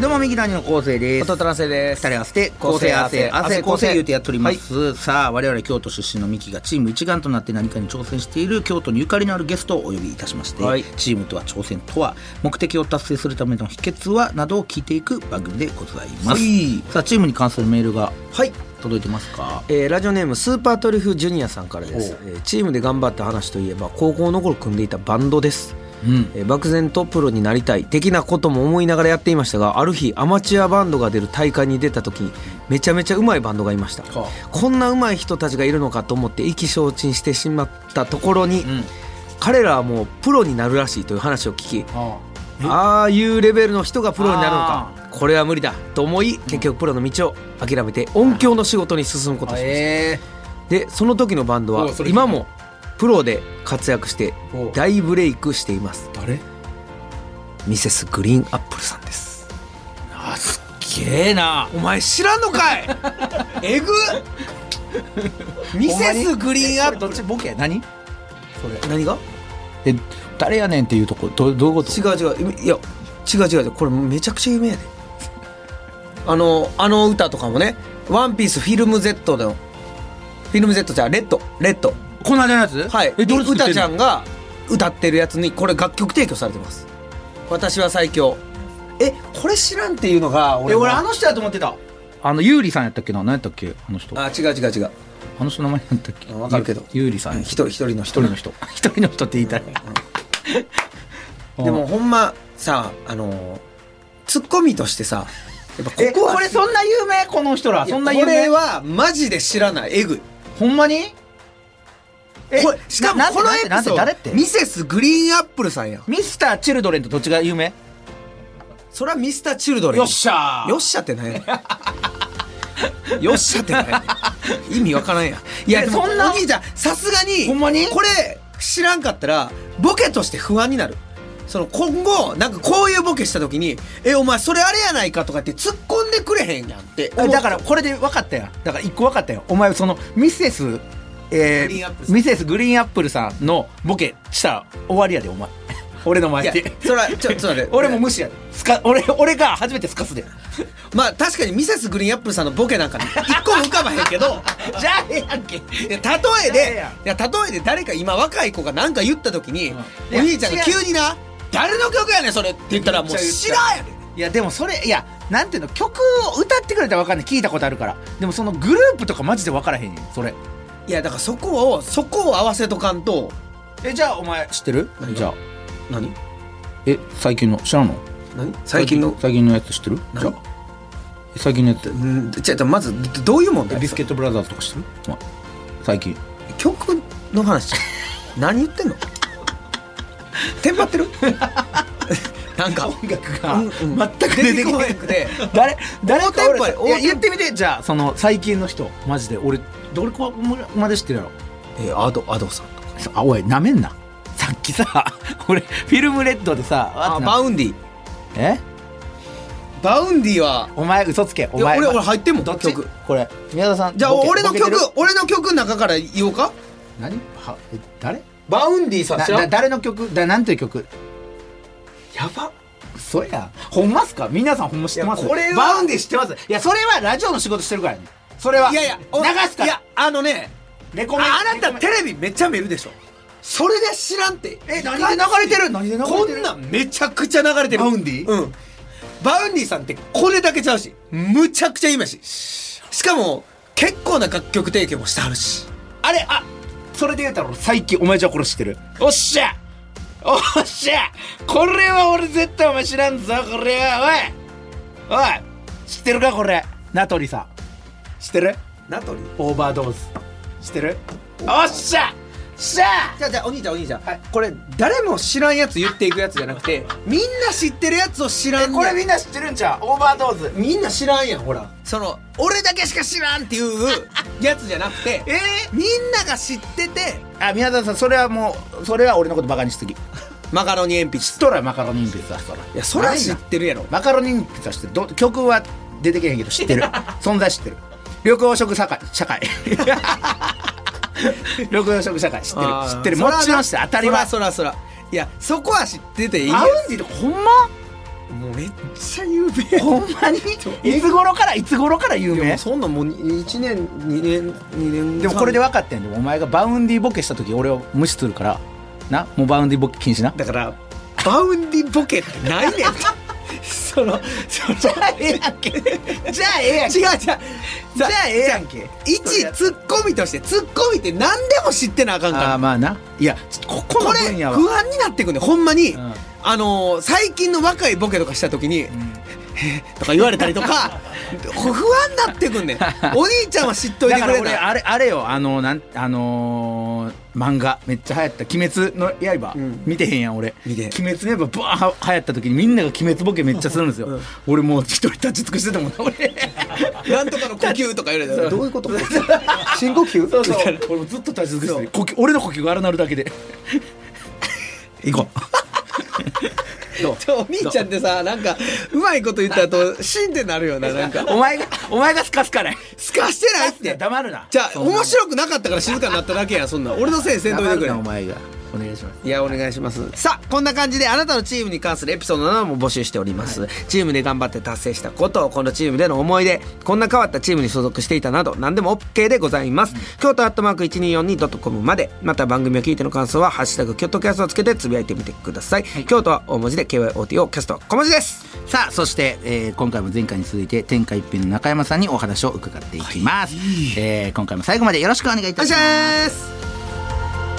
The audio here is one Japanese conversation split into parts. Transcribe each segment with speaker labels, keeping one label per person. Speaker 1: どうもミキ谷の構成です
Speaker 2: トトラセです
Speaker 1: 二人合わせて構成合わせ合わせ構成言うてやっております、さあ我々京都出身のミキがチーム一丸となって何かに挑戦している京都にゆかりのあるゲストをお呼びいたしまして、
Speaker 2: はい
Speaker 1: チームとは挑戦とは目的を達成するための秘訣はなどを聞いていく番組でございます、
Speaker 2: はい
Speaker 1: さあチームに関するメールが
Speaker 2: はい
Speaker 1: 届いてますか
Speaker 2: えーラジオネームスーパートリュフジュニアさんからです
Speaker 1: お、
Speaker 2: えーチームで頑張った話といえば高校の頃組んでいたバンドです、
Speaker 1: うん
Speaker 2: えー漠然とプロになりたい的なことも思いながらやっていましたがある日アマチュアバンドが出る大会に出た時めちゃめちゃうまいバンドがいました、
Speaker 1: は
Speaker 2: こんなうまい人たちがいるのかと思って意気消沈してしまったところに、
Speaker 1: うん
Speaker 2: 彼らはもうプロになるらしいという話を聞き
Speaker 1: あ
Speaker 2: ああいうレベルの人がプロになるのかこれは無理だと思い結局プロの道を諦めて音響の仕事に進むことにしました
Speaker 1: え
Speaker 2: でその時のバンド
Speaker 1: お
Speaker 2: は
Speaker 1: うそれ聞いた
Speaker 2: 今もプロで活躍して
Speaker 1: おう
Speaker 2: 大ブレイクしています
Speaker 1: 誰
Speaker 2: ミセスグリーンアップルさんです
Speaker 1: あすっげえな
Speaker 2: お前知らんのかいえ ぐミセスグリーンアップ
Speaker 1: どっちボケ何
Speaker 2: 何が
Speaker 1: え誰やねんっていうとこどどういうこと
Speaker 2: 違う違ういや違う違う違うこれめちゃくちゃ有名やであのあの歌とかもね「ワンピースフィルム Z のフィルム Z じゃあレッドレッド
Speaker 1: この間のやつ
Speaker 2: はい
Speaker 1: えどれ作って
Speaker 2: 歌
Speaker 1: ん
Speaker 2: ちゃ
Speaker 1: の
Speaker 2: んが歌ってるやつにこれ楽曲提供されてます私は最強えこれ知らんっていうのが俺
Speaker 1: え俺あ
Speaker 2: の人だと思ってた
Speaker 1: あの、ゆうりさんやったっけな何やったっけあの人。あ
Speaker 2: あ違う違う違う
Speaker 1: の人の名前なんだっけ
Speaker 2: わかるけど
Speaker 1: ゆうりさん。
Speaker 2: 一人一人の
Speaker 1: 一
Speaker 2: 一
Speaker 1: 人の人。一人の人って言いたい。
Speaker 2: でもほんまさあのーツッコミとしてさやっぱこ
Speaker 1: え、
Speaker 2: こは
Speaker 1: これそんな有名この人ら。そんな有
Speaker 2: これ
Speaker 1: 名
Speaker 2: はマジで知らないえぐい
Speaker 1: ほんまにえ
Speaker 2: これ、しかも
Speaker 1: な
Speaker 2: この
Speaker 1: なん
Speaker 2: エ
Speaker 1: て
Speaker 2: ピソ
Speaker 1: なんて
Speaker 2: ード
Speaker 1: 誰って
Speaker 2: ミセスグリーンアップルさんやん
Speaker 1: ミスター・チルドレンとどっちが有名
Speaker 2: それはミスターチルドレン
Speaker 1: よっしゃー
Speaker 2: よっしゃってなんやねんよっしゃってなんやねん意味わからんやんいや
Speaker 1: え
Speaker 2: でも
Speaker 1: そんな
Speaker 2: お兄ちゃんさすがに
Speaker 1: ほんまに
Speaker 2: これ知らんかったらボケとして不安になるその今後なんかこういうボケした時に「えお前それあれやないか」とかって突っ込んでくれへんやんって
Speaker 1: あだかららこれで分かったよだから一個分かったよお前そのミセスえ
Speaker 2: グリーンアップ
Speaker 1: ー、
Speaker 2: ルさん
Speaker 1: ミセスグリーンアップルさんのボケしたら終わりやでお 前俺の
Speaker 2: い
Speaker 1: 前
Speaker 2: や
Speaker 1: で
Speaker 2: それはちょちょっと待って
Speaker 1: 俺も無視やでスカ 俺俺が初めてスカす で
Speaker 2: まあ確かにミセスグリーンアップルさんのボケなんか一個も浮かばへんけど
Speaker 1: じゃあええやんけ
Speaker 2: いや例え
Speaker 1: い
Speaker 2: で
Speaker 1: や
Speaker 2: いや例えで誰か今若い子が何か言った時に、
Speaker 1: うん
Speaker 2: お兄ちゃん
Speaker 1: いや
Speaker 2: が
Speaker 1: 違う
Speaker 2: 急にな「誰の曲やねんそれ」って言ったらもう
Speaker 1: 言っちゃう
Speaker 2: 知らんやねん
Speaker 1: いやでもそれいやなんていうの曲を歌ってくれたら分かんない聞いたことあるからでもそのグループとかマジで分からへんよそれ
Speaker 2: いやだからそこをそこを合わせとかんと
Speaker 1: えじゃあお前知ってる
Speaker 2: 何が
Speaker 1: じゃあ
Speaker 2: 何
Speaker 1: え最近の知らんの
Speaker 2: 何最近の
Speaker 1: 最近のやつ知ってる
Speaker 2: 何
Speaker 1: じゃあえ最近のやつ
Speaker 2: うんじゃあまずどどういう問
Speaker 1: え
Speaker 2: 題
Speaker 1: ビスケットブラザーズとか知ってる、まあ、最近
Speaker 2: 曲の 話何言ってんのテンパ ってるなんか
Speaker 1: 音楽
Speaker 2: うんうん
Speaker 1: 全く出てこな
Speaker 2: 出て
Speaker 1: く
Speaker 2: こなく
Speaker 1: て
Speaker 2: て
Speaker 1: 誰誰か
Speaker 2: 大テンポ
Speaker 1: 俺
Speaker 2: や
Speaker 1: いや言ってみてじゃあその最近の人マジで俺どれこまで知ってるやろ
Speaker 2: えーアドアドさんとか
Speaker 1: そあおいなめんなさっきさ 俺フィルムレッドでさわーっ
Speaker 2: あ
Speaker 1: てな
Speaker 2: バウンディ
Speaker 1: え
Speaker 2: バウンディは
Speaker 1: お前嘘つけお
Speaker 2: いや
Speaker 1: 前
Speaker 2: 俺俺入ってんもん
Speaker 1: どっち
Speaker 2: 曲
Speaker 1: これ宮田さん
Speaker 2: じゃあ
Speaker 1: ボケ
Speaker 2: 俺の
Speaker 1: ボケてる
Speaker 2: 曲俺の曲の中から言おうか
Speaker 1: 何はえ誰
Speaker 2: バウンディさ
Speaker 1: なな誰の曲だなんていう曲
Speaker 2: やば
Speaker 1: 嘘やほんますか皆さんほんま知ってます
Speaker 2: いやこれは
Speaker 1: バウンディ知ってますいやそれはラジオの仕事してるからねそれはい
Speaker 2: やいやお
Speaker 1: 流すから
Speaker 2: いやあのね
Speaker 1: レコメン
Speaker 2: ああな
Speaker 1: レコ
Speaker 2: た
Speaker 1: メン
Speaker 2: テレビめっちゃ見るでしょそれで知らんって
Speaker 1: え何で流れてる何で流れてる
Speaker 2: こんなんめちゃくちゃ流れてる
Speaker 1: バウンディ
Speaker 2: うんバウンディさんってこれだけちゃうしむちゃくちゃ今ししかも結構な楽曲提供もしてはるし
Speaker 1: あれあそれで言うたら俺最近お前じゃこれ知ってるおっしゃおっしゃこれは俺絶対お前知らんぞこれはおいおい知ってるかこれ名取さん知ってる
Speaker 2: ナトリ
Speaker 1: オーバードーズ知ってるおっしゃしゃ
Speaker 2: じゃあじゃあお兄ちゃんお兄ちゃん、
Speaker 1: はい
Speaker 2: これ誰も知らんやつ言っていくやつじゃなくてみんな知ってるやつを知ら
Speaker 1: え
Speaker 2: ん
Speaker 1: これみんな知ってるんちゃうオーバードーズ
Speaker 2: みんな知らんやんほらその俺だけしか知らんっていう やつじゃなくて
Speaker 1: え
Speaker 2: みんなが知ってて
Speaker 1: あ宮沢さんそれはもうそれは俺のことバカにしすぎ
Speaker 2: マカロニ鉛筆
Speaker 1: ストラマカロニンピザストラ
Speaker 2: いやそれは知ってるやろ
Speaker 1: マカロニンピザ知ってるど曲は出てけへんけど知って る存在知ってる緑黄色社会社会緑黄色社会知ってる知ってるもちろん知ってる当たり前
Speaker 2: そらそらそらいやそこは知ってていいや
Speaker 1: アウンディってほんま
Speaker 2: つもうめっちゃ有名やん
Speaker 1: ほんまにいつ頃からいつ頃から有
Speaker 2: いやも
Speaker 1: 名
Speaker 2: うそんなんもう1年2年2年
Speaker 1: でもこれで
Speaker 2: は
Speaker 1: 分かったやんでもお前がバウンディボケした時俺を無視するからなもうバウンディボケ禁止な
Speaker 2: だからバウンディボケってない ねんそのその
Speaker 1: えやんけじゃあええ
Speaker 2: 違う違う
Speaker 1: や
Speaker 2: じゃあ
Speaker 1: ええやんけ
Speaker 2: 一ツッコミとしてツッコミって何でも知ってなあかん
Speaker 1: ああ
Speaker 2: か
Speaker 1: まあないやちょこ
Speaker 2: ら
Speaker 1: こ
Speaker 2: こ
Speaker 1: の
Speaker 2: れ
Speaker 1: 分野は
Speaker 2: 不安になってくんねんほんまに、
Speaker 1: うん
Speaker 2: あのー最近の若いボケとかした時に「へーとか言われたりとか不安になってくんね んお兄ちゃんは知っとい
Speaker 1: だ
Speaker 2: て
Speaker 1: か
Speaker 2: く
Speaker 1: ら
Speaker 2: れ
Speaker 1: 俺
Speaker 2: ない
Speaker 1: あれあれよあのなんあのー漫画めっちゃ流行った「鬼滅の刃」
Speaker 2: うん
Speaker 1: 見てへんやん俺
Speaker 2: 見て
Speaker 1: 鬼滅の刃バーンは流行った時にみんなが鬼滅ボケめっちゃするんですよ、
Speaker 2: うん
Speaker 1: 俺もう一人立ち尽くしてたもんな俺
Speaker 2: なんとかの呼吸とか言われたら
Speaker 1: そう
Speaker 2: どういうこと深呼吸
Speaker 1: そうそう
Speaker 2: みたいな
Speaker 1: 俺もずっと立ち尽くしてる呼吸俺の呼吸が荒なるだけ で行こうどう
Speaker 2: ちょお兄ちゃんってさなんかうまいこと言った後シンってなるよななんか
Speaker 1: お前がお前がスカスカない
Speaker 2: すかしてないっ
Speaker 1: いや
Speaker 2: て
Speaker 1: 黙るな
Speaker 2: じゃあ
Speaker 1: そんな
Speaker 2: 面白くなかったから静かになっただけやんそんなん俺のせいにせんといてく
Speaker 1: 黙る
Speaker 2: れ
Speaker 1: なお前がお願いします
Speaker 2: いやお願いしますさあこんな感じであなたのチームに関するエピソードなども募集しております、チームで頑張って達成したことこのチームでの思い出こんな変わったチームに所属していたなど何でも OK でございます、京都アットマーク 1242.com までまた番組を聞いての感想は「ハッシュタグ京都キャスト」をつけてつぶやいてみてください、京都は大文字で KYOTO キャストは小文字です
Speaker 1: さあそして、えー今回も前回に続いて天下一品の中山さんにお話を伺っていきます、えー今回も最後までよろしくお願いい
Speaker 2: お願
Speaker 1: た
Speaker 2: い
Speaker 1: し
Speaker 2: し
Speaker 1: ます
Speaker 2: ます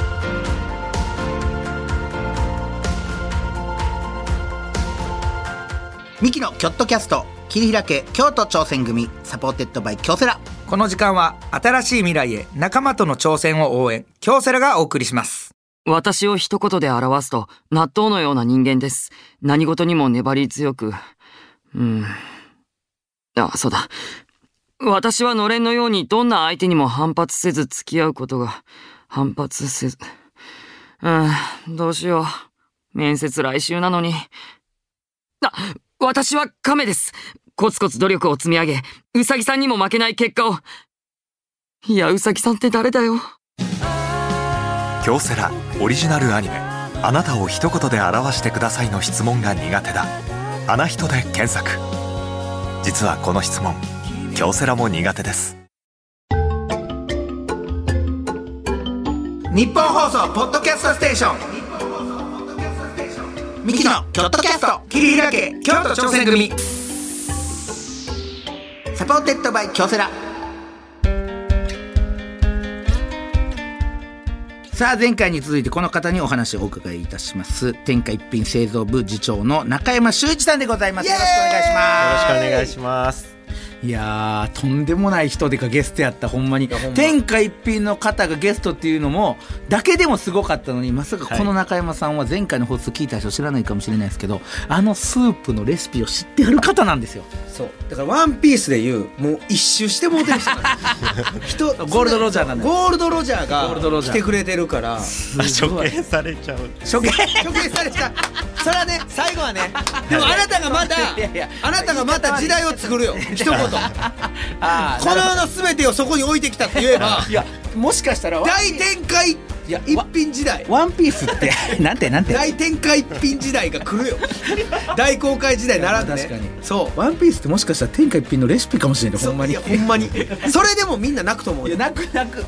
Speaker 1: ミキのキョットキャスト切り開け京都挑戦組サポーテッドバイ京セラ
Speaker 2: この時間は新しい未来へ仲間との挑戦を応援京セラがお送りします
Speaker 3: 私を一言で表すと、納豆のような人間です。何事にも粘り強く。うん。あ、そうだ。私はのれんのようにどんな相手にも反発せず付き合うことが、反発せず。うん、どうしよう。面接来週なのに。あ、私は亀です。コツコツ努力を積み上げ、うさぎさんにも負けない結果を。いや、うさぎさんって誰だよ。
Speaker 4: 京セラオリジナルアニメ「あなたを一言で表してください」の質問が苦手だ「あな人」で検索実はこの質問京セラも苦手です
Speaker 2: 日本放送ポッドキャストステーションミキのキョットキャスト切り開け京都挑戦組
Speaker 1: サポーテッドバイ京セラさあ前回に続いてこの方にお話をお伺いいたします天下一品製造部次長の中山修一さんでございますよろしくお願いし
Speaker 5: よろ
Speaker 1: ま
Speaker 5: し
Speaker 1: す
Speaker 5: くお願いします。
Speaker 1: いやーとんでもない人でかゲストやったほんまに天下一品の方がゲストっていうのもだけでもすごかったのにまさかこの中山さんは前回の放送聞いた人知らないかもしれないですけどあのスープのレシピを知ってある方なん ですよ
Speaker 2: そうだからワンピースでいうもう一周してもうてる 人なんです人
Speaker 1: ゴールドロジャーなんだよ
Speaker 2: ゴールドロジャ
Speaker 1: ゴールド
Speaker 2: ー
Speaker 1: ロ
Speaker 2: が
Speaker 1: ジャ
Speaker 2: 来
Speaker 1: ー
Speaker 2: てくれてるから
Speaker 1: すごい
Speaker 5: 処刑されちゃう。
Speaker 2: 処刑処刑されちゃうそれはね最後はねでもあなたがまた
Speaker 1: いやいや
Speaker 2: あなたがまた時代を作るよ一言こ
Speaker 1: あー
Speaker 2: の世の全てをそこに置いてきたって言えば
Speaker 1: いやもしかしたら
Speaker 2: 大展開
Speaker 1: いや
Speaker 2: 一品時代
Speaker 1: ワンピースって なんてなんて
Speaker 2: 大展開一品時代が来るよ大公開時代ならずね
Speaker 1: 確かに
Speaker 2: そう
Speaker 1: ワンピースってもしかしたら天下一品のレシピかもしれない
Speaker 2: そ
Speaker 1: ほ
Speaker 2: うん
Speaker 1: まに
Speaker 2: いやほんまにそれでもみんな泣くと思う
Speaker 1: いや
Speaker 2: よ
Speaker 1: 泣く泣く、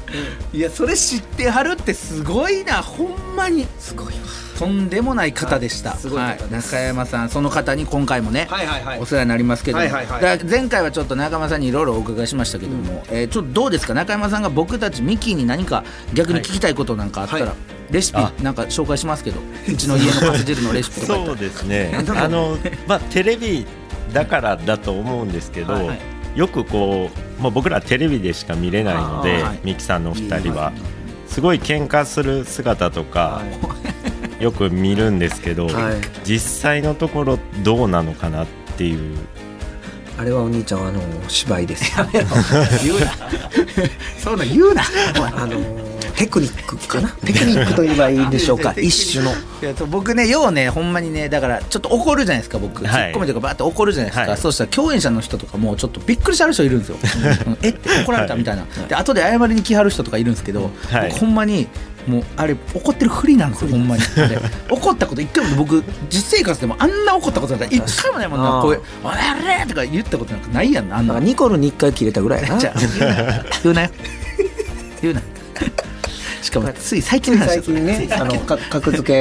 Speaker 1: いやそれ知ってはるってすごいなほんまに
Speaker 2: すごいわ
Speaker 1: とんでもない方でした、
Speaker 2: はいすごい方です
Speaker 1: 中山さんその方に今回もね、
Speaker 2: はいはいはい
Speaker 1: お世話になりますけども、
Speaker 2: はいはいはい
Speaker 1: だから前回はちょっと中山さんにいろいろお伺いしましたけども、えーちょっとどうですか中山さんが僕たちミキに何か逆に聞きたいことなんかあったら、
Speaker 2: はい
Speaker 1: レシピ
Speaker 5: あ
Speaker 1: なんか紹介しますけどうちの家のカス汁のレシピとか言った
Speaker 5: そうです ね。あのまあテレビだからだと思うんですけど、
Speaker 1: はいは
Speaker 5: よくこう、まあ僕らテレビでしか見れないので、
Speaker 1: あーはい
Speaker 5: ミキさんのお二人は。すごい喧嘩する姿とか、よく見るんですけど、
Speaker 2: はい
Speaker 5: 実際のところどうなのかなっていう
Speaker 2: あれはお兄ちゃんあの芝居です
Speaker 1: 言うなそんなん言うなお前
Speaker 2: あのテクニックかな テクニックと言えばいいんでしょうか 一種の
Speaker 1: いやそう僕ねようねほんまにねだからちょっと怒るじゃないですか僕、
Speaker 5: はい
Speaker 1: ツッコミとかバーって怒るじゃないですか、
Speaker 5: はい
Speaker 1: そうしたら共演者の人とかもちょっとびっくりしてはる人いるんですようんえって怒られたみたいな、で後で謝りに来はる人とかいるんですけど、
Speaker 5: はい
Speaker 1: 僕ほんまにもうあれ怒ってるふりなんですよほんまにあれ怒ったこと一回も僕実生活でもあんな怒ったことなんか一回もないもん
Speaker 2: あ
Speaker 1: な
Speaker 2: ー
Speaker 1: こういう「おやれ!」とか言ったことなんかないやんなあん
Speaker 2: なん
Speaker 1: な
Speaker 2: かニコルに一回切れたぐらいやな
Speaker 1: じゃあ言うなよ言うなよしかもつい最近の話で
Speaker 2: 最
Speaker 1: すよ
Speaker 2: 近ねあのか格付け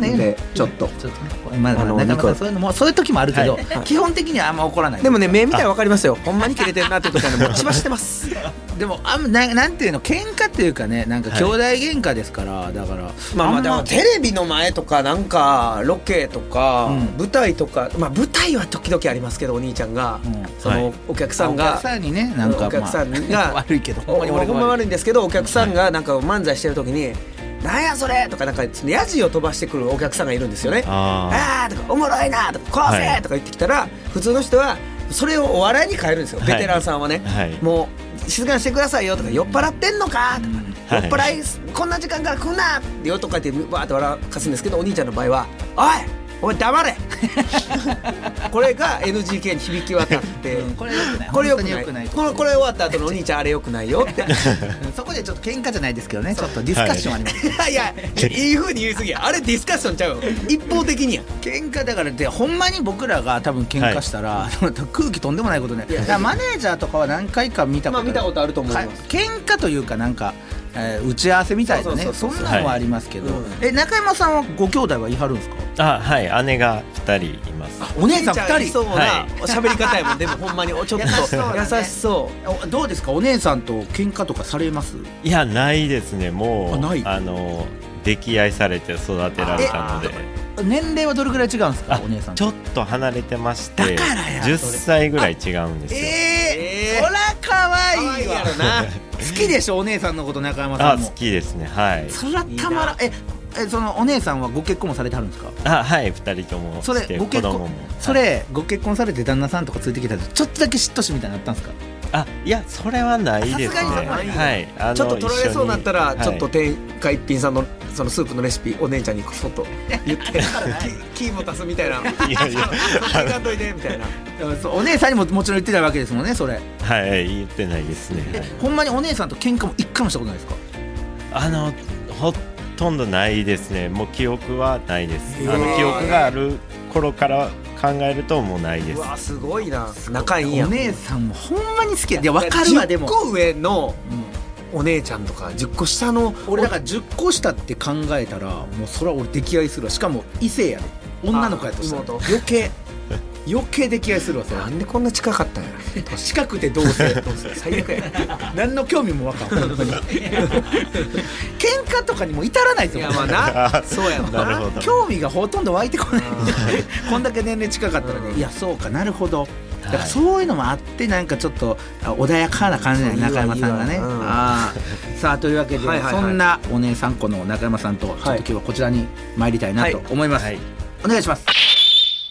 Speaker 2: でちょっと
Speaker 1: ちょっとねこれまだ
Speaker 2: あの
Speaker 1: なかな
Speaker 2: ニコ
Speaker 1: かそういうのもそういう時もあるけど、基本的にはあんま怒らない
Speaker 2: でもね目見たらわかりますよほんまに切れてるなってとかねもう血ばしてます
Speaker 1: でもあんまななんていうの喧嘩っていうかねなんか兄弟喧嘩ですから、だから
Speaker 2: まあまあ
Speaker 1: ん
Speaker 2: でもテレビの前とかなんかロケとか
Speaker 1: うん
Speaker 2: 舞台とかまあ舞台は時々ありますけどお兄ちゃんが
Speaker 1: うん
Speaker 2: そのお客さん
Speaker 1: お
Speaker 2: が
Speaker 1: 客さんにねなんか、まあ、
Speaker 2: お客さんが
Speaker 1: 悪いけどほんまに俺
Speaker 2: 俺
Speaker 1: が
Speaker 2: ほんま悪いんですけどお客さんがなんか漫才してる時に「なんやそれ!」とかなんかそのヤジを飛ばしてくるお客さんがいるんですよね。あ
Speaker 5: あ
Speaker 2: ーとか「おもろいな!」とか「こうせ!」
Speaker 5: はい
Speaker 2: とか言ってきたら普通の人はそれをお笑いに変えるんですよ
Speaker 5: は
Speaker 2: ベ
Speaker 5: い
Speaker 2: テランさんはね。
Speaker 5: はい
Speaker 2: もう静かにしてくださいよとか酔っ払ってんのかとか、
Speaker 5: はい
Speaker 2: 酔っ払いこんな時間から来んなってよとか言ってわーって笑かすんですけどお兄ちゃんの場合は「おいお前黙れ! 」これが NGK に響き渡って、
Speaker 1: うんこれよくない
Speaker 2: これよく
Speaker 1: 本当に
Speaker 2: ない
Speaker 1: 良くない
Speaker 2: これこれ終わった後のお兄ちゃんあれよくないよって
Speaker 1: うんそこでちょっと喧嘩じゃないですけどねちょっとディスカッションあります、
Speaker 2: いやいいふうに言いすぎやあれディスカッションちゃうよ一方的にや
Speaker 1: 喧嘩だからでほんまに僕らが多分喧嘩したら、 空気とんでもないことねだからマネージャーとかは何回か見たこと
Speaker 2: まあ見たことあると思います
Speaker 1: か喧嘩というかなんか、えー打ち合わせみたいなね
Speaker 2: そ
Speaker 1: そう
Speaker 2: そうそうんそう
Speaker 1: なのはありますけど、
Speaker 2: はい
Speaker 1: え中山さんはご兄弟はいはるんですか
Speaker 5: ーあはい姉が2人います
Speaker 1: お姉さん2
Speaker 2: お兄ち
Speaker 1: 人
Speaker 2: ゃいそうな
Speaker 5: は
Speaker 2: 喋り方やもんでもほんまにおちょっと
Speaker 1: 優しそうだね
Speaker 2: 優しそう
Speaker 1: おどうですかお姉さんと喧嘩とかされます
Speaker 5: いやないですねもう
Speaker 1: あない
Speaker 5: の溺愛されて育てられたので
Speaker 1: 年齢はどれぐらい違うんですか
Speaker 5: あ
Speaker 1: お姉さん
Speaker 5: ちょっと離れてまして
Speaker 1: だからや
Speaker 5: 10歳ぐらい違うんですよ
Speaker 1: えー、
Speaker 2: えー
Speaker 1: ほらか
Speaker 2: 可
Speaker 1: わい
Speaker 2: 愛
Speaker 1: い
Speaker 2: い
Speaker 1: わ
Speaker 2: やろな
Speaker 1: 好きでしょお姉さんのこと中山さ
Speaker 5: あ
Speaker 1: んも
Speaker 5: 好きですねはい
Speaker 1: それはたまらええそのお姉さんはご結婚もされてはるんですか
Speaker 5: あはい2人とも
Speaker 1: それ
Speaker 5: して
Speaker 1: ご
Speaker 5: 子
Speaker 1: 結
Speaker 5: 供
Speaker 1: 婚
Speaker 5: も
Speaker 1: それご結婚されて旦那さんとかついてきたらちょっとだけ嫉妬しみたいになったんですか
Speaker 5: あいやそれはないですね
Speaker 1: さすがにそこはない
Speaker 5: はいあの
Speaker 2: ちょっと取られそうになったら、
Speaker 5: 一緒に
Speaker 2: ちょっと
Speaker 5: はい
Speaker 2: 天下一品さんのそのスープのレシピお姉ちゃんにこそっと言ってキキーも足すみたいな
Speaker 5: いやいや
Speaker 2: それがんといてみたいな
Speaker 1: そうお姉さんにももちろん言ってたわけですもんねそれ
Speaker 5: はい言ってないですね
Speaker 1: え
Speaker 5: はい
Speaker 1: ほんまにお姉さんと喧嘩も一回もしたことないですか
Speaker 5: あのほとんどないですねもう記憶はないですあ
Speaker 2: へー
Speaker 5: の記憶がある頃から考えるともうないで
Speaker 2: う
Speaker 5: す
Speaker 2: わすごいな仲いいや
Speaker 1: お
Speaker 2: ん
Speaker 1: 姉さんもほんまに好きやいや分かるわでも
Speaker 2: 10個上のお姉ちゃんとか10個下の
Speaker 1: 俺だから10個下って考えたらもうそれは俺溺愛するわしかも異性やろ女の子やとしたら
Speaker 2: あ妹
Speaker 1: 余計余計溺愛するわそれ
Speaker 2: なんでこんな近かったんや
Speaker 1: 近くて同 性
Speaker 2: 最悪や
Speaker 1: 何の興味もわかんない喧嘩とかにも至らないです
Speaker 2: い
Speaker 1: よ
Speaker 2: やまあ なそうやろ
Speaker 5: なるほど
Speaker 1: 興味がほとんど湧いてこないこんだけ年齢近かったらね、いやそうかなるほどだからそういうのもあってなんかちょっとあ穏やかな感じだよ
Speaker 2: うん
Speaker 1: 中山さんがね
Speaker 2: いいわいいわうん
Speaker 1: ああさあというわけで、
Speaker 2: はいはいはい
Speaker 1: そんなお姉さん子の中山さんとちょっと今日はこちらに参りたいなと思います、
Speaker 5: はい
Speaker 1: お願いします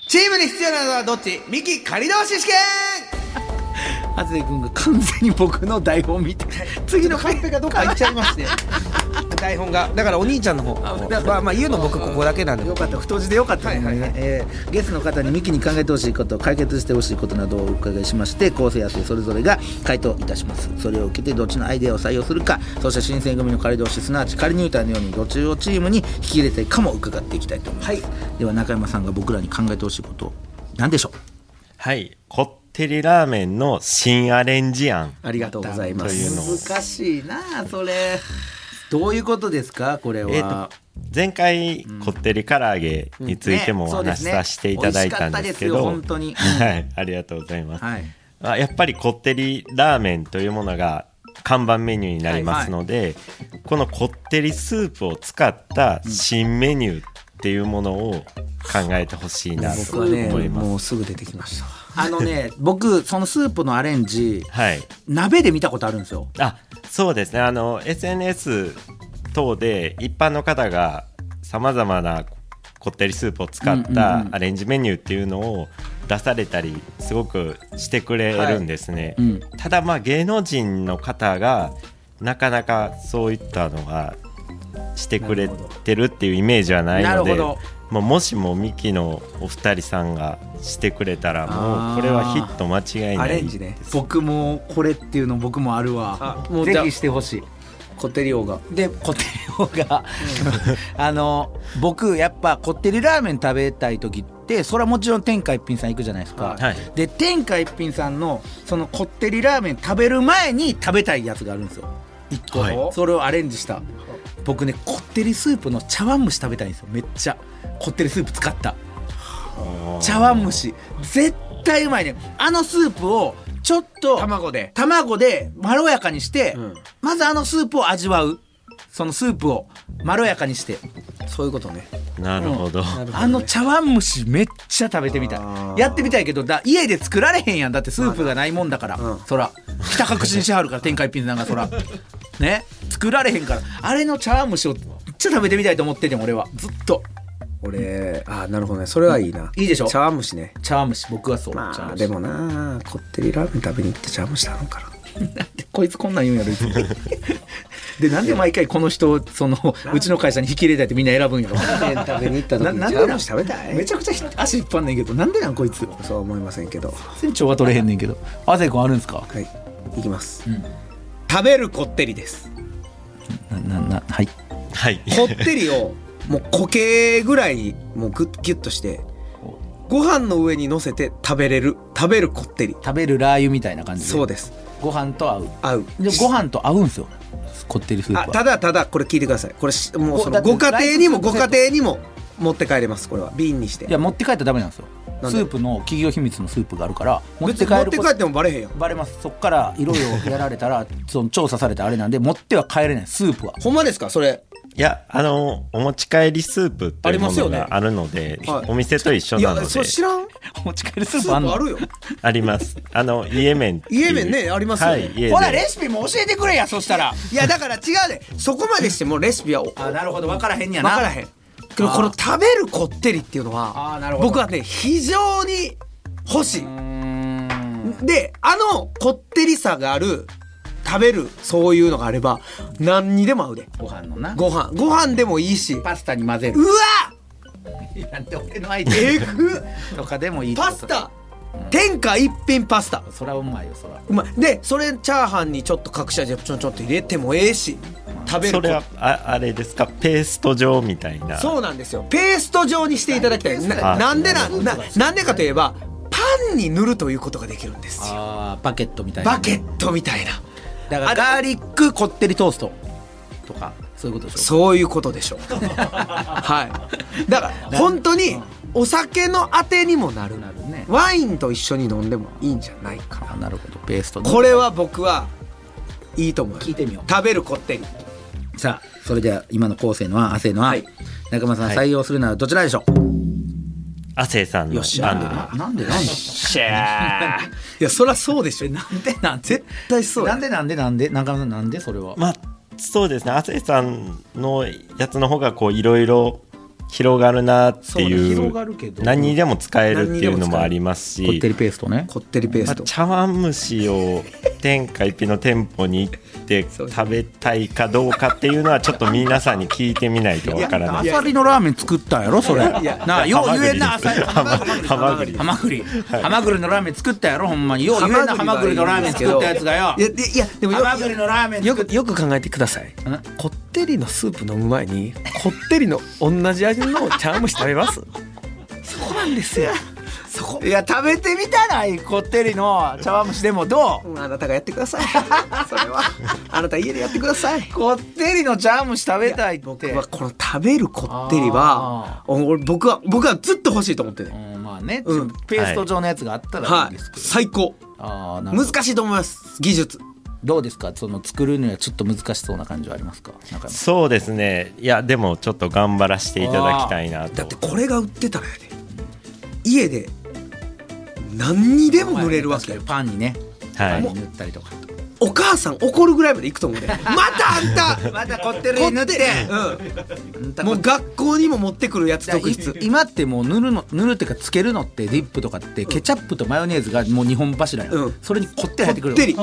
Speaker 2: チームに必要なのはどっちミキ仮同士試験
Speaker 1: 初音君が完全に僕の台本を見て次のカンペがどっか行っちゃいまして
Speaker 2: 台本がだからお兄ちゃんの方だまあまあ言うの僕ここだけなんで
Speaker 1: よかった太字でよかったですね、
Speaker 2: はいはいはい
Speaker 1: えーゲストの方にミキに考えてほしいこと解決してほしいことなどをお伺いしまして構成や生それぞれが回答いたしますそれを受けてどっちのアイデアを採用するかそして新選組の仮同士すなわち仮入隊のようにどっちをチームに引き入れたいかも伺っていきたいと思います、では中山さんが僕らに考えてほしいこと何でしょう
Speaker 5: はいこってりラーメンの新アレンジ案
Speaker 1: ありがとうございます
Speaker 5: というのを
Speaker 1: 難しいなあそれどういうことですかこれは、
Speaker 5: えーと前回こってり唐揚げについてもお話しさせていただいたんですけど、
Speaker 1: ねそうですね美味しかったですよ
Speaker 5: はいありがとうございます、
Speaker 1: はい
Speaker 5: あやっぱりこってりラーメンというものが看板メニューになりますので、このこってりスープを使った新メニューっていうものを考えてほしいな
Speaker 2: 僕
Speaker 5: と
Speaker 2: はね
Speaker 5: 思います。
Speaker 2: もうすぐ出てきました
Speaker 1: あのね僕そのスープのアレンジ
Speaker 5: はい
Speaker 1: 鍋で見たことあるんですよ
Speaker 5: あそうですねあの SNS 等で一般の方がさまざまなこってりスープを使っ
Speaker 2: うんう
Speaker 5: た
Speaker 2: んうん
Speaker 5: アレンジメニューっていうのを出されたりすごくしてくれるんですね、
Speaker 2: うん
Speaker 5: ただまあ芸能人の方がなかなかそういったのがしてくれてるっていうイメージはない
Speaker 2: なる
Speaker 5: の
Speaker 2: ほ
Speaker 5: で
Speaker 2: ど
Speaker 5: もうもしもミキのお二人さんがしてくれたら
Speaker 1: あー
Speaker 5: もうこれはヒット間違い
Speaker 2: ア
Speaker 5: な
Speaker 2: レ
Speaker 5: い
Speaker 2: ンジね
Speaker 1: 僕もこれっていうの僕もあるわ
Speaker 2: あもう
Speaker 1: ぜ
Speaker 2: じゃあ
Speaker 1: ひしてほしい
Speaker 2: こってり王が
Speaker 1: でこってり が、あの僕やっぱこってりラーメン食べたい時ってそれはもちろん天下一品さん行くじゃないですか、
Speaker 5: はい
Speaker 1: で天下一品さんのそのこってりラーメン食べる前に食べたいやつがあるんですよ一個、
Speaker 5: はい
Speaker 1: それをアレンジした僕ねこってりスープの茶碗蒸し食べたいんですよめっちゃこってりスープ使った茶碗蒸し絶対うまいねあのスープをちょっと
Speaker 2: 卵で
Speaker 1: 卵でまろやかにして、
Speaker 2: ん
Speaker 1: まずあのスープを味わうそのスープをまろやかにして
Speaker 2: そういうことね
Speaker 5: なるほど、
Speaker 1: あの茶碗蒸しめっちゃ食べてみたいやってみたいけどだ家で作られへんやんだってスープがないもんだから、そらひた隠しにしはるから天下一品なんかそらね作られへんからあれの茶碗蒸しをめっちゃ食べてみたいと思ってて俺はずっと
Speaker 2: 俺あーなるほどねそれはいいな、
Speaker 1: いいでしょ
Speaker 2: 茶碗蒸しね
Speaker 1: 茶碗蒸し僕はそう、茶碗
Speaker 2: まあ
Speaker 1: 蒸し
Speaker 2: でもなこってりラーメン食べに行って茶碗蒸し頼むから
Speaker 1: こいつこんなん言うんやろいつもでなんで毎回この人をそのうちの会社に引き入れたいってみんな選ぶんやろ
Speaker 2: 食べに行った時
Speaker 1: な
Speaker 2: に
Speaker 1: なん
Speaker 2: 茶
Speaker 1: でな
Speaker 2: 碗蒸
Speaker 1: ん
Speaker 2: し食べたい
Speaker 1: めちゃくちゃひ足引っ張んねんけどなんでなんこいつ
Speaker 2: そうは思いませんけど
Speaker 1: 船長は取れへんねんけど亜生君あるんすか
Speaker 2: はい行きます、食べるこってりです
Speaker 1: なななはい
Speaker 5: はい
Speaker 2: こってりをもう固形ぐらいにもうグッギュッとしてご飯の上に乗せて食べれる食べるこってり
Speaker 1: 食べるラー油みたいな感じで
Speaker 2: そうです
Speaker 1: ご飯と合う
Speaker 2: 合う
Speaker 1: でもご飯と合うんすよこってりスープは
Speaker 2: あただただこれ聞いてくださいこれしもうそ
Speaker 1: だ
Speaker 2: の
Speaker 1: って
Speaker 2: ご家庭にも
Speaker 1: ライ
Speaker 2: ご
Speaker 1: スセ
Speaker 2: 家
Speaker 1: ット
Speaker 2: 庭にも持って帰れますこれは瓶にして
Speaker 1: いや持って帰ったらダメなんですよ
Speaker 2: なん
Speaker 1: ス
Speaker 2: で
Speaker 1: ープの企業秘密のスープがあるから持って
Speaker 2: 別に持
Speaker 1: 帰
Speaker 2: っ
Speaker 1: る
Speaker 2: て
Speaker 1: こ
Speaker 2: 帰ってもバレへんよ
Speaker 1: バレますそっからいろいろやられたら その調査されたらあれなんで持っては帰れないスープは
Speaker 2: ほんまですかそれ
Speaker 5: いやあのお持ち帰りスープっていうものがあるので
Speaker 2: ますよねはい
Speaker 5: お店と一緒
Speaker 2: い
Speaker 5: な
Speaker 2: や
Speaker 5: ので
Speaker 2: それ知らん
Speaker 1: 持ち帰るスー
Speaker 2: ス
Speaker 1: プあん
Speaker 2: ープ
Speaker 1: の
Speaker 2: あるよ
Speaker 5: ありますあのイエメンっていう
Speaker 2: イエメンねありますよね
Speaker 5: はい、イエメン
Speaker 1: ほらレシピも教えてくれやそしたら
Speaker 2: いやだから違うねそこまでしてもうレシピは分
Speaker 1: あなるほど分からへんやな
Speaker 2: からへんけどこの食べるこってりっていうの
Speaker 1: あ
Speaker 2: は
Speaker 1: ーなるほど
Speaker 2: 僕はね非常に欲しいであのこってりさがある食べるそういうのがあれば何にでも合うで
Speaker 1: ご飯のな
Speaker 2: ご飯ご飯でもいいしうわ
Speaker 1: パスタに混ぜる なんで俺のアイデ
Speaker 2: えぐ
Speaker 1: アとかでもいい
Speaker 2: パスタ天下一品パスタ
Speaker 1: そらうまいよそら
Speaker 2: うまいでそれチャーハンにちょっと隠し味をちょんちょんと入れてもええし食べる
Speaker 5: そ
Speaker 2: こ
Speaker 5: れはああれですかペースト状みたいな
Speaker 2: そうなんですよペースト状にしていただきたいな
Speaker 5: あ
Speaker 2: なんでなななんでかといえばパンに塗るということができるんですよ
Speaker 1: あーバケットみたいな
Speaker 2: バケットみたいな
Speaker 1: だからガーリックこってりトーストとかそういうことでしょ
Speaker 2: そういうことでしょ うはいだから本当にお酒のあてにもなる
Speaker 1: なるね
Speaker 2: ワインと一緒に飲んでもいいんじゃないか
Speaker 1: あなるほどペースト
Speaker 2: なこれは僕はいいと思う
Speaker 1: 聞いてみよう
Speaker 2: 食べるこってり
Speaker 1: さあそれでは今の後世のは亜生のは、中間さん採用するならどちらでしょう、
Speaker 5: 亜生さんの案で
Speaker 1: あなんでなんで
Speaker 2: いやそりゃそうでしょ
Speaker 1: なんでなんで
Speaker 2: 絶対そうや
Speaker 1: なんでなんでなんで中間さんなんでそれは
Speaker 5: まあそうですね亜生さんのやつの方がこういろいろ広がるなっていう
Speaker 1: そうね広がるけど
Speaker 5: 何にでも使えるっていうのもあります
Speaker 1: こってり
Speaker 5: し、
Speaker 1: ペーストね
Speaker 2: こってりペー
Speaker 5: ま
Speaker 2: ス
Speaker 5: あ、
Speaker 2: ト
Speaker 5: 茶碗蒸しを天下一品の店舗に行って食べたいかどうかっていうのはちょっと皆さんに聞いてみないとわから
Speaker 1: あ
Speaker 5: ない。
Speaker 1: さりのラーメン作ったんやろそれなあよう言えんなあさり
Speaker 5: ハマグリハマグリ
Speaker 1: ハマグリハマグリのラーメン作ったやろほんまによう言えんなハマグリのラーメン作ったやつがよ
Speaker 2: いやでいやでもよ
Speaker 1: ハマグリのラーメン
Speaker 2: よ
Speaker 1: 作っ
Speaker 2: くよく考えてくださいこってりのスープ飲む前にこってりの同じ味の茶碗蒸し食べますそこなんですよそこ
Speaker 1: いや食べてみたないこってりの茶碗蒸しでもどう
Speaker 2: あなたがやってください それはあなた家でやってくださ い
Speaker 1: こってりの茶碗蒸し食べたいって
Speaker 2: 僕はこの食べるこってりは
Speaker 1: あ
Speaker 2: 俺僕は僕はずっと欲しいと思ってて、
Speaker 1: うんまあね、
Speaker 2: うん
Speaker 1: ペースト状のやつがあったらいい
Speaker 2: は
Speaker 1: ん
Speaker 2: い
Speaker 1: ですけど、
Speaker 2: 最高
Speaker 1: ああなるほ
Speaker 2: 難
Speaker 1: ど
Speaker 2: しいと思います技術
Speaker 1: どうですかその作るにはちょっと難しそうな感じはありますか中山さ
Speaker 5: そうですねいやでもちょっと頑張らせていただきたい
Speaker 2: だ
Speaker 5: なと
Speaker 2: ってこれが売ってたらやで家で何にで
Speaker 1: ん
Speaker 2: も塗れるわけ
Speaker 1: 確かにパンにね
Speaker 5: はい
Speaker 1: パンに塗ったりとか
Speaker 2: お母さん怒るぐらいまで行くと思うねまたあんた
Speaker 6: またこってり塗って
Speaker 2: うん、もう学校にも持ってくるやつ特筆
Speaker 1: い今ってもう塗るの塗るっていうかつけるのってディップとかってケチャップとマヨネーズがもう日本柱や、
Speaker 2: うん
Speaker 1: それにこってり入ってくる
Speaker 2: こってり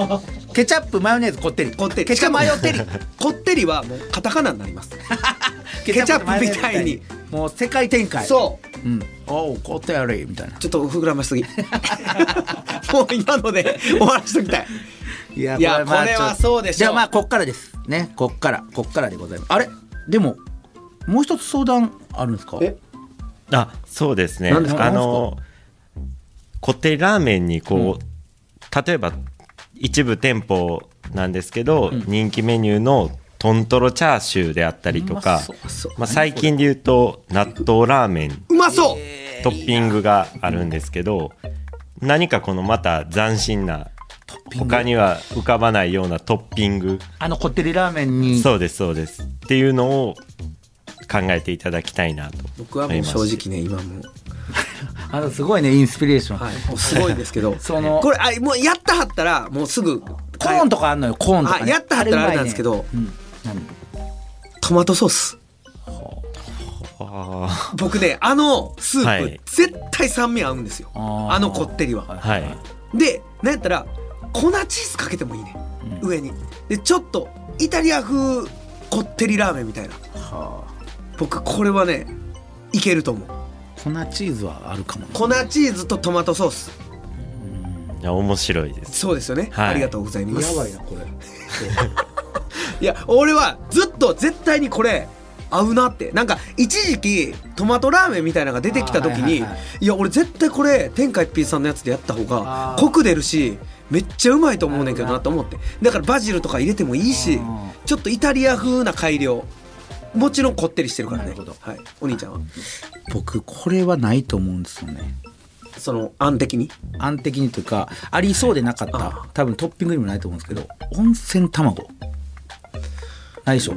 Speaker 1: ケチャップマヨネーズこってり
Speaker 2: こってり
Speaker 1: ケチャップ
Speaker 2: しかも こってりはもうカタカナになります ケチャップみたいに
Speaker 1: もう世界展開
Speaker 2: そ
Speaker 1: う、
Speaker 2: う
Speaker 1: ん、おうこってりみたいな
Speaker 2: ちょっと膨らまし すぎもう今ので終わらしときたい
Speaker 1: いや
Speaker 2: いや
Speaker 1: まあ
Speaker 2: これは
Speaker 1: ちょっと
Speaker 2: そうでしょう
Speaker 1: じゃあまあこっからですねこっからこっからでございますあれでももう一つ相談あるんですか
Speaker 2: え
Speaker 5: あそうですね
Speaker 1: なんですか
Speaker 5: あのこってりラーメンにこう、例えば一部店舗なんですけど、人気メニューの豚トロチャーシューであったりとか、まあ、最近で言うと納豆ラーメン
Speaker 2: うまそう、
Speaker 5: トッピングがあるんですけど、何かこのまた斬新な他には浮かばないようなトッピング
Speaker 1: あのこってりラーメンに
Speaker 5: そうですそうですっていうのを考えていただきたいなと
Speaker 2: 僕はもう正直ね今もう
Speaker 1: あのすごいねインスピレーション、
Speaker 2: はい、もうすごいんですけど
Speaker 1: その
Speaker 2: これあもうやったはったらもうすぐコ
Speaker 1: コーンとかあんのよコーンとか、ね、
Speaker 2: あやったはったらあれなんですけど
Speaker 1: うまいねうん何
Speaker 2: トマトソース
Speaker 5: あ
Speaker 2: 僕ねあのスープ、
Speaker 5: はい
Speaker 2: 絶対酸味合うんですよ
Speaker 1: あ
Speaker 2: あ
Speaker 1: ー
Speaker 2: のこってりは、
Speaker 5: ーはい
Speaker 2: でなんやったら粉チーズかけてもいいね、上にでちょっとイタリア風こってりラーメンみたいな僕これはねいけると思う
Speaker 1: 粉チーズはあるかも
Speaker 2: 粉チーズとトマトソース
Speaker 5: いや面白いです
Speaker 2: そうですよね、
Speaker 5: はい
Speaker 2: ありがとうございます
Speaker 1: なこれ
Speaker 2: いや俺はずっと絶対にこれ合うなってなんか一時期トマトラーメンみたいなのが出てきた時
Speaker 1: あー
Speaker 2: に、
Speaker 1: はいいはいは
Speaker 2: や俺絶対これ天下一品さんのやつでやった方がコク出るしめっちゃうまいと思うねんけどなと思ってだからバジルとか入れてもいいし
Speaker 1: あ
Speaker 2: ちょっとイタリア風な改良もちろんこってりしてるからね
Speaker 1: なるほど
Speaker 2: はい、お兄ちゃんは
Speaker 1: 僕これはないと思うんですよね
Speaker 2: その案的に
Speaker 1: 安的にというかありそうでなかった多分トッピングにもないと思うんですけど温泉卵ないでしょ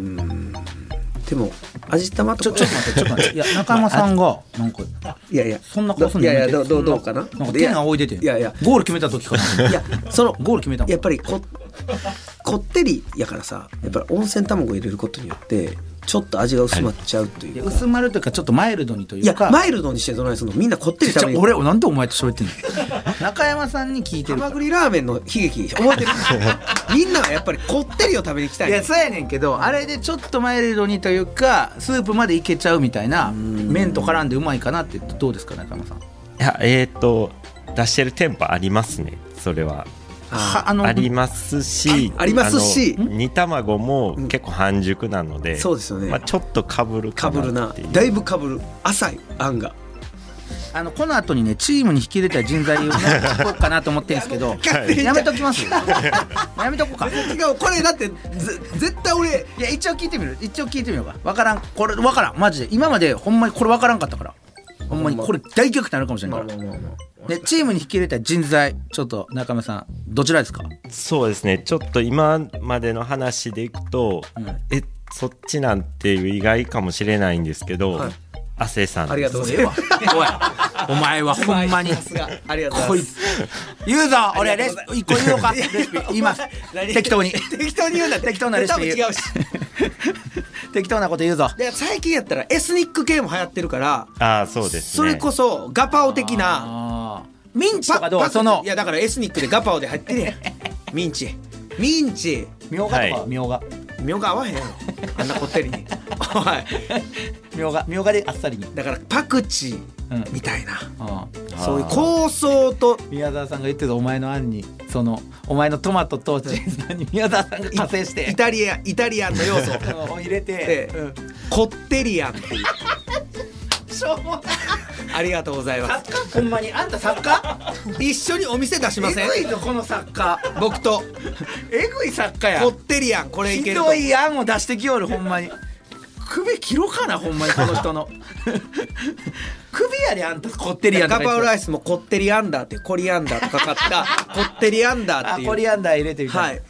Speaker 2: でも味玉
Speaker 1: ち
Speaker 2: と
Speaker 1: ょ
Speaker 2: か
Speaker 1: ちょっと待ってちょっと待って いや中山さんがなんか
Speaker 2: いやいや
Speaker 1: そんな顔すんの
Speaker 2: いやいや
Speaker 1: や
Speaker 2: ど
Speaker 1: め
Speaker 2: う
Speaker 1: て
Speaker 2: どうどうかな
Speaker 1: なんか手が置いてて
Speaker 2: いやいや
Speaker 1: ゴール決めた時かない
Speaker 2: やその
Speaker 1: ゴール決めたもん
Speaker 2: やっぱりここってりやからさやっぱり温泉卵入れることによってちょっと味が薄まっちゃうというか、
Speaker 1: 薄まるというかちょっとマイルドにとい
Speaker 2: いうや
Speaker 1: か
Speaker 2: マイルドにしてどないすんのみんなこってり食べに
Speaker 1: じゃあ俺なんでお前と喋ってんの 中山さんに聞いてる
Speaker 2: ハマグリラーメンの悲劇覚え てるみんなはやっぱりこってりを食べに行きたい
Speaker 1: いやそうやねんけどあれでちょっとマイルドにというかスープまでいけちゃうみたいな麺と絡んでうまいかなってどうですか中山さん
Speaker 5: いやえっ、と出してる店舗ありますねそれは
Speaker 2: あ
Speaker 1: はあの
Speaker 5: ありますし
Speaker 2: あありますし
Speaker 5: あの煮卵も結構半熟なので、
Speaker 2: そうですよね
Speaker 5: まあ、ちょっとかぶる
Speaker 2: か
Speaker 5: か
Speaker 2: ぶる
Speaker 5: な
Speaker 2: な
Speaker 5: っていう
Speaker 2: だいぶかぶる浅い案が
Speaker 1: あのこの後にねチームに引き入れた人材をね 聞こうかなと思ってるんですけ どやめときます やめとこうか
Speaker 2: 違うこれだってぜ絶対俺
Speaker 1: いや一応聞いてみる一応聞いてみようかわからんこれわからんマジで今までほんまにこれわからんかったからほんまにこれ大逆転あるかもしれないから、ね、チームに引き入れた人材ちょっと中村さんどちらですか
Speaker 5: そうですねちょっと今までの話でいくと、えそっちなんていう意外かもしれないんですけど、亜生さん
Speaker 2: ありがとうござい
Speaker 1: ええ
Speaker 2: ま
Speaker 1: わ おいお前はほんまに
Speaker 2: すがありがとうござ
Speaker 1: こ
Speaker 2: い
Speaker 1: い
Speaker 2: ます
Speaker 1: つ言うぞ俺レシピ一個言おうかレシピ言います適当に
Speaker 2: 適当に言うなって
Speaker 1: 適当なレシピ言う
Speaker 2: 多分違うし
Speaker 1: 適当なこと言うぞ
Speaker 2: で最近やったらエスニック系も流行ってるから
Speaker 5: ああそうですね
Speaker 2: それこそガパオ的
Speaker 1: あ
Speaker 2: な
Speaker 1: ーミンチとか
Speaker 2: パ
Speaker 1: どう
Speaker 2: パ
Speaker 1: その
Speaker 2: いやだからエスニックでガパオで入ってるやん ミンチミンチ
Speaker 1: みょうがとか
Speaker 5: は
Speaker 1: はいみょうが
Speaker 2: みょうが合わへんやろあんなこってりに おい
Speaker 1: みょうがみょうがであっさりに
Speaker 2: だからパクチ
Speaker 1: うん
Speaker 2: ーみたいな、
Speaker 1: あ
Speaker 2: そういう香草と
Speaker 1: 宮沢さんが言ってたお前の案にそのお前のトマトとチーズに宮沢さんが加勢し
Speaker 2: イ
Speaker 1: て
Speaker 2: タリアイタリアンの要 素
Speaker 1: うん入れて
Speaker 2: で、
Speaker 1: うん
Speaker 2: こってりやんっていう
Speaker 1: しょうもない
Speaker 2: ありがとうござい ま
Speaker 1: 作家ほんまにあんた作家
Speaker 2: す一緒にお店出しません
Speaker 1: えぐいぞこの作家
Speaker 2: 僕と
Speaker 1: えぐい作家や
Speaker 2: こってりやんこれい
Speaker 1: ひ
Speaker 2: けると
Speaker 1: どい案を出してきよるほんまに首切ろうかなほんまにこの人の首やであんたこってりやん
Speaker 2: ガパオラ
Speaker 1: イ
Speaker 2: イスもこってりアンダーってコリアンダーとか買 ったこってりアンダーっ
Speaker 1: あ
Speaker 2: ていう
Speaker 1: コリアンダー入れてみたいな
Speaker 2: はい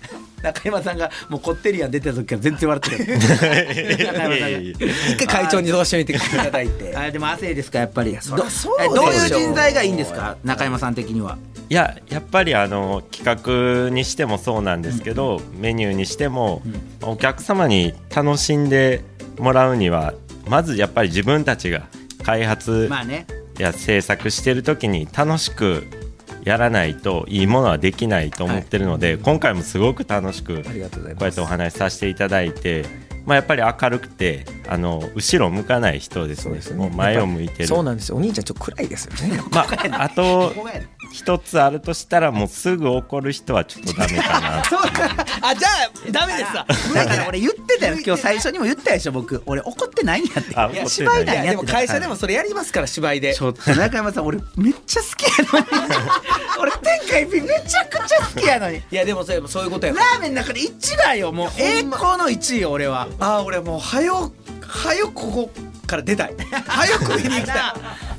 Speaker 1: 中山さんがもうこってりやん出てた時から全然笑ってる
Speaker 5: いやいやいや
Speaker 2: 一回会長にどうしてみていただい て
Speaker 1: あれでも汗ですかやっぱり
Speaker 2: そりゃそうでしょ
Speaker 1: どどういう人材がいいんですか中山さん的には
Speaker 5: いややっぱりあの企画にしてもそうなんですけど、メニューにしても、お客様に楽しんでもらうにはまずやっぱり自分たちが開発
Speaker 7: ま あね
Speaker 5: や制作してる時に楽しくやらないといいものはできないと思ってるので、今回もすごく楽しくこ
Speaker 2: ありがとうございう
Speaker 5: や
Speaker 2: ま
Speaker 5: っ
Speaker 2: す
Speaker 5: てお話しさせていただいて、まあ、やっぱり明るくてあの後ろ向かない人です
Speaker 2: そう
Speaker 5: ね
Speaker 2: ですね
Speaker 5: もう前を向いてる
Speaker 2: そうなんですよお兄ちゃんちょっと暗いですよね
Speaker 5: まあ、あと
Speaker 7: ここやね
Speaker 5: 一つあるとしたらもうすぐ怒る人はちょっとダメかな
Speaker 2: あじゃあダメですわ
Speaker 7: だから俺言ってたよ今日最初にも言ったでしょ僕俺怒ってないんやって
Speaker 5: あ
Speaker 2: いや
Speaker 5: 怒って
Speaker 2: 芝
Speaker 5: な
Speaker 2: 居
Speaker 5: い
Speaker 2: なんやでも会社でもそれやりますから芝居で
Speaker 7: ちょっと中山さん俺めっちゃ好きやのに俺天下一品めちゃくちゃ好きやのに
Speaker 2: いやでもそれそういうことや
Speaker 7: ラーメンの中で一番よもう栄光の一位よ俺は
Speaker 2: あー俺もうはよはよここから出たい早く見に行 きた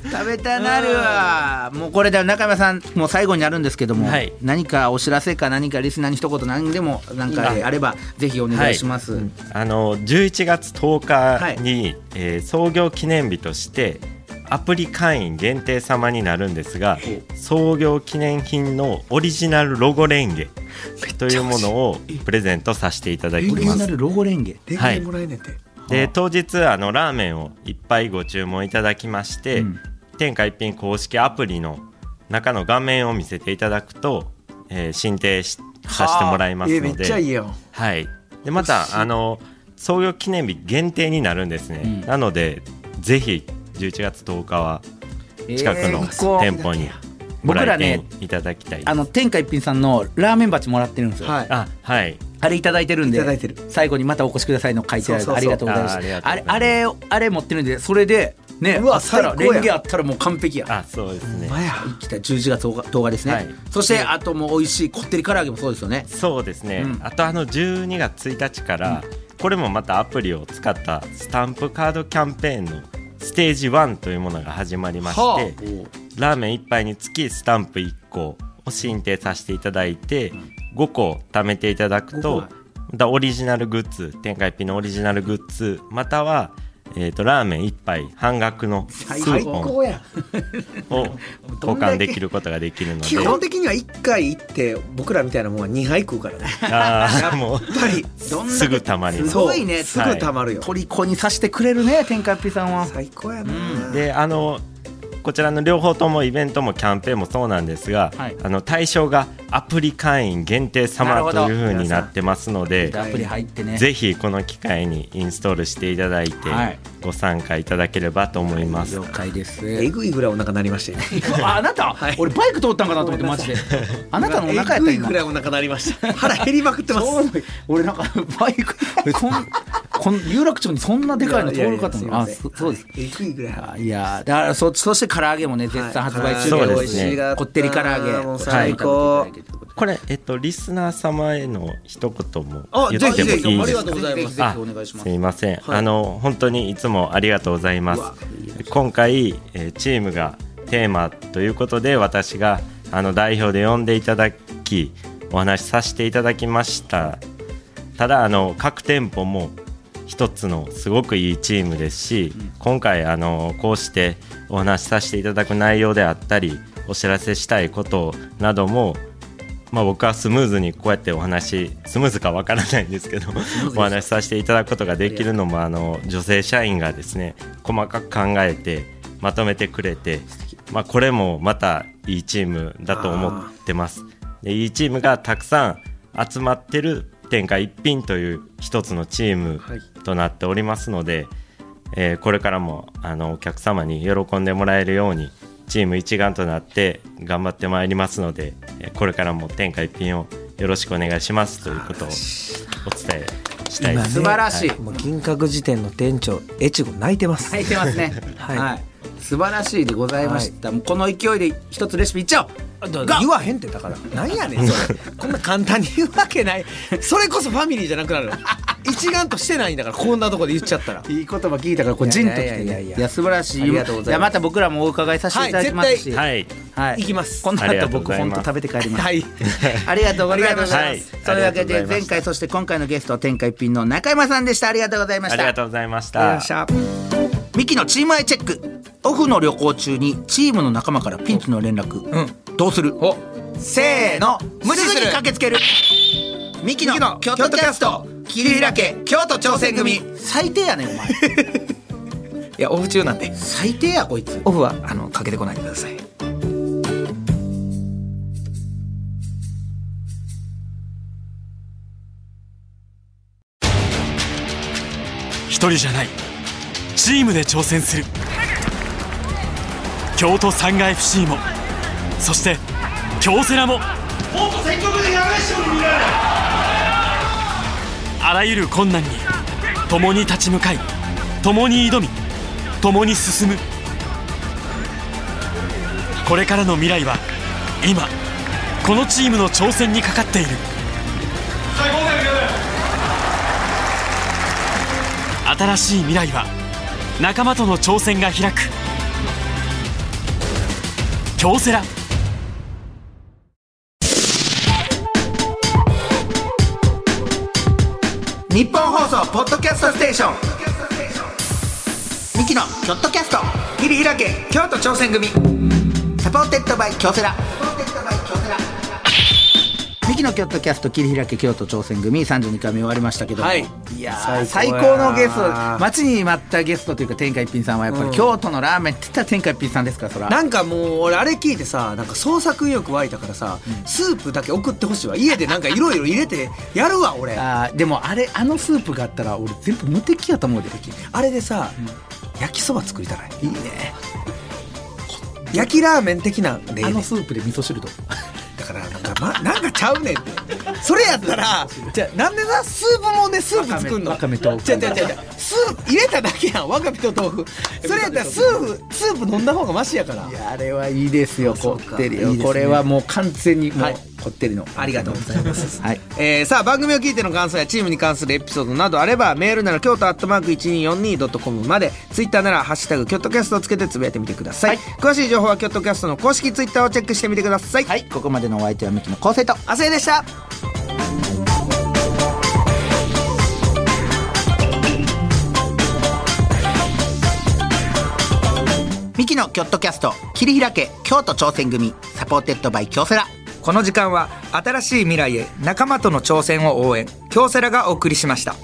Speaker 2: い
Speaker 7: 食べたなるわもうこれで中山さんもう最後になるんですけども、
Speaker 5: はい
Speaker 7: 何かお知らせか何かリスナーに一言何でもなんかあればぜひお願いします、
Speaker 5: あの11月10日に、えー創業記念日としてアプリ会員限定様になるんですが創業記念品のオリジナルロゴレンゲというものをプレゼントさせていただき
Speaker 7: オリ
Speaker 5: ま
Speaker 7: ジ
Speaker 5: す
Speaker 7: ナルロゴレンゲ
Speaker 1: 電
Speaker 5: は
Speaker 1: 話
Speaker 5: い
Speaker 1: もらえねえって、
Speaker 5: で当日あのラーメンをいっぱいご注文いただきまして、
Speaker 7: うん
Speaker 5: 天下一品公式アプリの中の画面を見せていただくと、えー、申請しさせてもらいます
Speaker 1: え
Speaker 5: の
Speaker 1: え
Speaker 5: で
Speaker 1: めっちゃいいよ
Speaker 5: はい、でまたあの創業記念日限定になるんですね、
Speaker 7: うん
Speaker 5: なのでぜひ11月10日は近くの
Speaker 7: えーこう
Speaker 5: 店舗にご
Speaker 7: 僕ら
Speaker 5: 来
Speaker 7: ね
Speaker 5: 店いただきたいです
Speaker 7: あの天下一品さんのラーメン鉢もらってるんですよ、
Speaker 1: はい
Speaker 5: あはい
Speaker 7: あれいただいてるんで
Speaker 1: いただいてる
Speaker 7: 最後にまたお越しくださいの書いてある
Speaker 1: そうそうそう
Speaker 7: ありがとうございます
Speaker 5: あーありがと
Speaker 7: あ
Speaker 5: うござ
Speaker 7: れ
Speaker 5: います
Speaker 7: あれあれ持ってるんでそれでね
Speaker 1: うわ
Speaker 7: あったら
Speaker 1: 最高やん
Speaker 7: レンゲあったらもう完璧や
Speaker 5: あそうですね
Speaker 1: まや
Speaker 7: 来た11月10日10日ですね、
Speaker 5: はい
Speaker 7: そしてあともう美味しいこってり唐揚げもそうですよね
Speaker 5: そうですね、
Speaker 7: うん
Speaker 5: あとあの12月1日から、これもまたアプリを使ったスタンプカードキャンペーンのステージ1というものが始まりまして、
Speaker 7: は
Speaker 5: ラーメン1杯につきスタンプ1個を申請させていただいて、5個貯めていただ
Speaker 7: 五個
Speaker 5: くと
Speaker 7: は
Speaker 5: またオリジナルグッズ天下一品のオリジナルグッズまたは、えー、とラーメン1杯半額のクーポン
Speaker 1: や
Speaker 5: を交換できることができるので
Speaker 1: 基本的には1回行って僕らみたいなもんは2杯食うからね
Speaker 5: あーもう
Speaker 1: やっぱり
Speaker 7: どんだけ
Speaker 5: すぐたまります
Speaker 7: すごいね
Speaker 1: すぐたまるよ、
Speaker 7: 虜にさしてくれるね天下一品さんは
Speaker 1: 最高やな、
Speaker 5: であのこちらの両方ともイベントもキャンペーンもそうなんですが、
Speaker 7: はい
Speaker 5: あの対象がアプリ会員限定
Speaker 7: なるほ
Speaker 5: 様
Speaker 7: ど
Speaker 5: というふうになってますので、
Speaker 7: アプリ入ってね
Speaker 5: ぜひこの機会にインストールしていただいて、
Speaker 7: はい
Speaker 5: ご参加いただければと思います。
Speaker 7: 了解です
Speaker 1: えぐいぐらいお腹なりましたよ
Speaker 7: ああなた、俺バイク通ったんかなと思ってマジであなたのお腹やった
Speaker 1: えぐい
Speaker 7: 今
Speaker 1: ぐらいお腹なりま した腹減りまくってます
Speaker 7: ちょうどいい俺なんかバイクこんこん有楽町にそんなでかいの通るかと思うあそそうです
Speaker 1: えぐいぐらい
Speaker 7: あいやーだからそそして唐揚げもね絶賛発売中
Speaker 5: はい
Speaker 7: で
Speaker 5: そ
Speaker 7: 美
Speaker 5: うで
Speaker 7: 味
Speaker 5: す
Speaker 7: しい
Speaker 5: ね
Speaker 7: こってり唐揚げ
Speaker 1: もう
Speaker 5: はい
Speaker 1: 最高、
Speaker 5: これ、えっと、リスナー様への一言も
Speaker 1: あ
Speaker 5: 言っても
Speaker 1: ぜひぜひ
Speaker 5: いい
Speaker 1: あ
Speaker 5: で
Speaker 1: り
Speaker 5: す
Speaker 1: が
Speaker 5: か
Speaker 1: とうございます
Speaker 7: ぜひぜひお願いします
Speaker 5: すいません、あの本当にいつもありがとうございます今回、えーチームがテーマということで私があの代表で呼んでいただきお話しさせていただきましたただあの各店舗も一つのすごくいいチームですし、今回あのこうしてお話しさせていただく内容であったりお知らせしたいことなどもまあ、僕はスムーズにこうやってお話スムーズかわからないんですけどお話しさせていただくことができるのもあの女性社員がですね細かく考えてまとめてくれて、まあ、これもまたいいチームだと思ってます。でいいチームがたくさん集まってる天下一品という一つのチームとなっておりますので、えーこれからもあのお客様に喜んでもらえるようにチーム一丸となって頑張ってまいりますのでえーこれからも天下一品をよろしくお願いしますということをお伝えしたいです。
Speaker 7: 素晴らしい、
Speaker 2: もう銀閣時点の店長越後泣いてます、
Speaker 7: 入ってますね は、
Speaker 2: はいい
Speaker 7: 素晴らしいでございました、もうこの勢いで一つレシピいっちゃおう
Speaker 2: 言わへんってだからなんやねんそれこんな簡単に言うわけないそれこそファミリーじゃなくなる一丸としてないんだからこんなとこで言っちゃったら
Speaker 7: いい言葉聞いたからこうジンときて
Speaker 2: いやいやいやい
Speaker 7: ね
Speaker 2: や
Speaker 7: いや素晴らしい
Speaker 2: ありがとうございます
Speaker 7: やまた僕らもお伺いさせていただきますし、
Speaker 2: は
Speaker 5: はい
Speaker 7: はい
Speaker 2: 行きます
Speaker 7: こんな
Speaker 5: ありが
Speaker 7: 後
Speaker 5: とうご
Speaker 7: 僕
Speaker 5: ざい
Speaker 7: 本
Speaker 5: ま
Speaker 7: 当
Speaker 5: す
Speaker 7: 食べて帰ります
Speaker 2: はい
Speaker 7: ありがとうございました。
Speaker 5: ありがとうございますはい
Speaker 7: というわけ
Speaker 5: あ
Speaker 7: で
Speaker 5: りがとうござい
Speaker 7: 前
Speaker 5: ました
Speaker 7: 回そして今回のゲスト天下一品の中山さんでした。ありがとうございま
Speaker 5: あ
Speaker 7: し
Speaker 5: りが
Speaker 7: た。
Speaker 5: とうございまし
Speaker 2: ありが
Speaker 5: た
Speaker 2: とうございま。した
Speaker 7: ミキのチームアイチェック。オフの旅行中にチームの仲間からピンチの連絡。どうする？
Speaker 2: せーの 無視する
Speaker 7: すぐに駆けつけるミキの京都キャスト
Speaker 2: 桐平家京都挑戦組
Speaker 7: 最低やねんお前
Speaker 2: いやオフ中なんで
Speaker 7: 最低やこいつ
Speaker 2: オフはあのかけてこないでください
Speaker 8: 一人じゃないチームで挑戦する京都サンガ FC もそして京セラもあらゆる困難に共に立ち向かい共に挑み共に進むこれからの未来は今このチームの挑戦にかかっている新しい未来は仲間との挑戦が開く京セラ
Speaker 7: 日本放送ポッドキャストステーションミキの京都キャスト桐平家京都挑戦組サポーテッドバイ京セラミキの京都キャスト桐平家京都挑戦組32回目終わりましたけども、
Speaker 2: はい
Speaker 7: いや
Speaker 2: 最
Speaker 7: ー最
Speaker 2: 高
Speaker 7: 高
Speaker 2: や
Speaker 7: のゲスト待ちに待ったゲストというか天下一品さんはやっぱり京都のラーメンって言ったら天下一品さんですからそら
Speaker 2: なんかもう俺あれ聞いてさなんか創作意欲湧いたからさ、スープだけ送ってほしいわ家でなんかいろいろ入れて やるわ俺あ
Speaker 7: あーでもあれあのスープがあったら俺全部無敵やと思うで
Speaker 2: れでさ、焼きそば作りたないいいね焼きラーメン的なんでいい
Speaker 7: あ
Speaker 2: ね
Speaker 7: のスープで味噌汁と
Speaker 2: だからなんか、ま、なんかちゃうねんってそれやったらじゃあなんでさスープもんでスープ作んの
Speaker 7: わかめと
Speaker 2: 違う違う違う違うスープ入れただけやんわかめと豆腐それやったらスープスープ飲んだ方がマシやから
Speaker 7: いやあれはいいですよこってりよ
Speaker 2: いいですね
Speaker 7: これはもう完全にもう、
Speaker 2: はい
Speaker 7: こってりの
Speaker 2: ありがとうございます
Speaker 7: はい
Speaker 2: えーさあ番組を聞いての感想やチームに関するエピソードなどあればメールなら京都アットマーク 1242.com までツイッターなら「ハッシュタグキョットキャスト」をつけてつぶやいてみてください、詳しい情報はキョットキャストの公式ツイッターをチェックしてみてください、
Speaker 7: はいここまでのお相手はミキの昴生と
Speaker 2: 亜生でした
Speaker 7: ミキのキョットキャスト桐平家京都挑戦組サポーテッドバイ京セラ
Speaker 2: この時間は新しい未来へ仲間との挑戦を応援京セラがお送りしました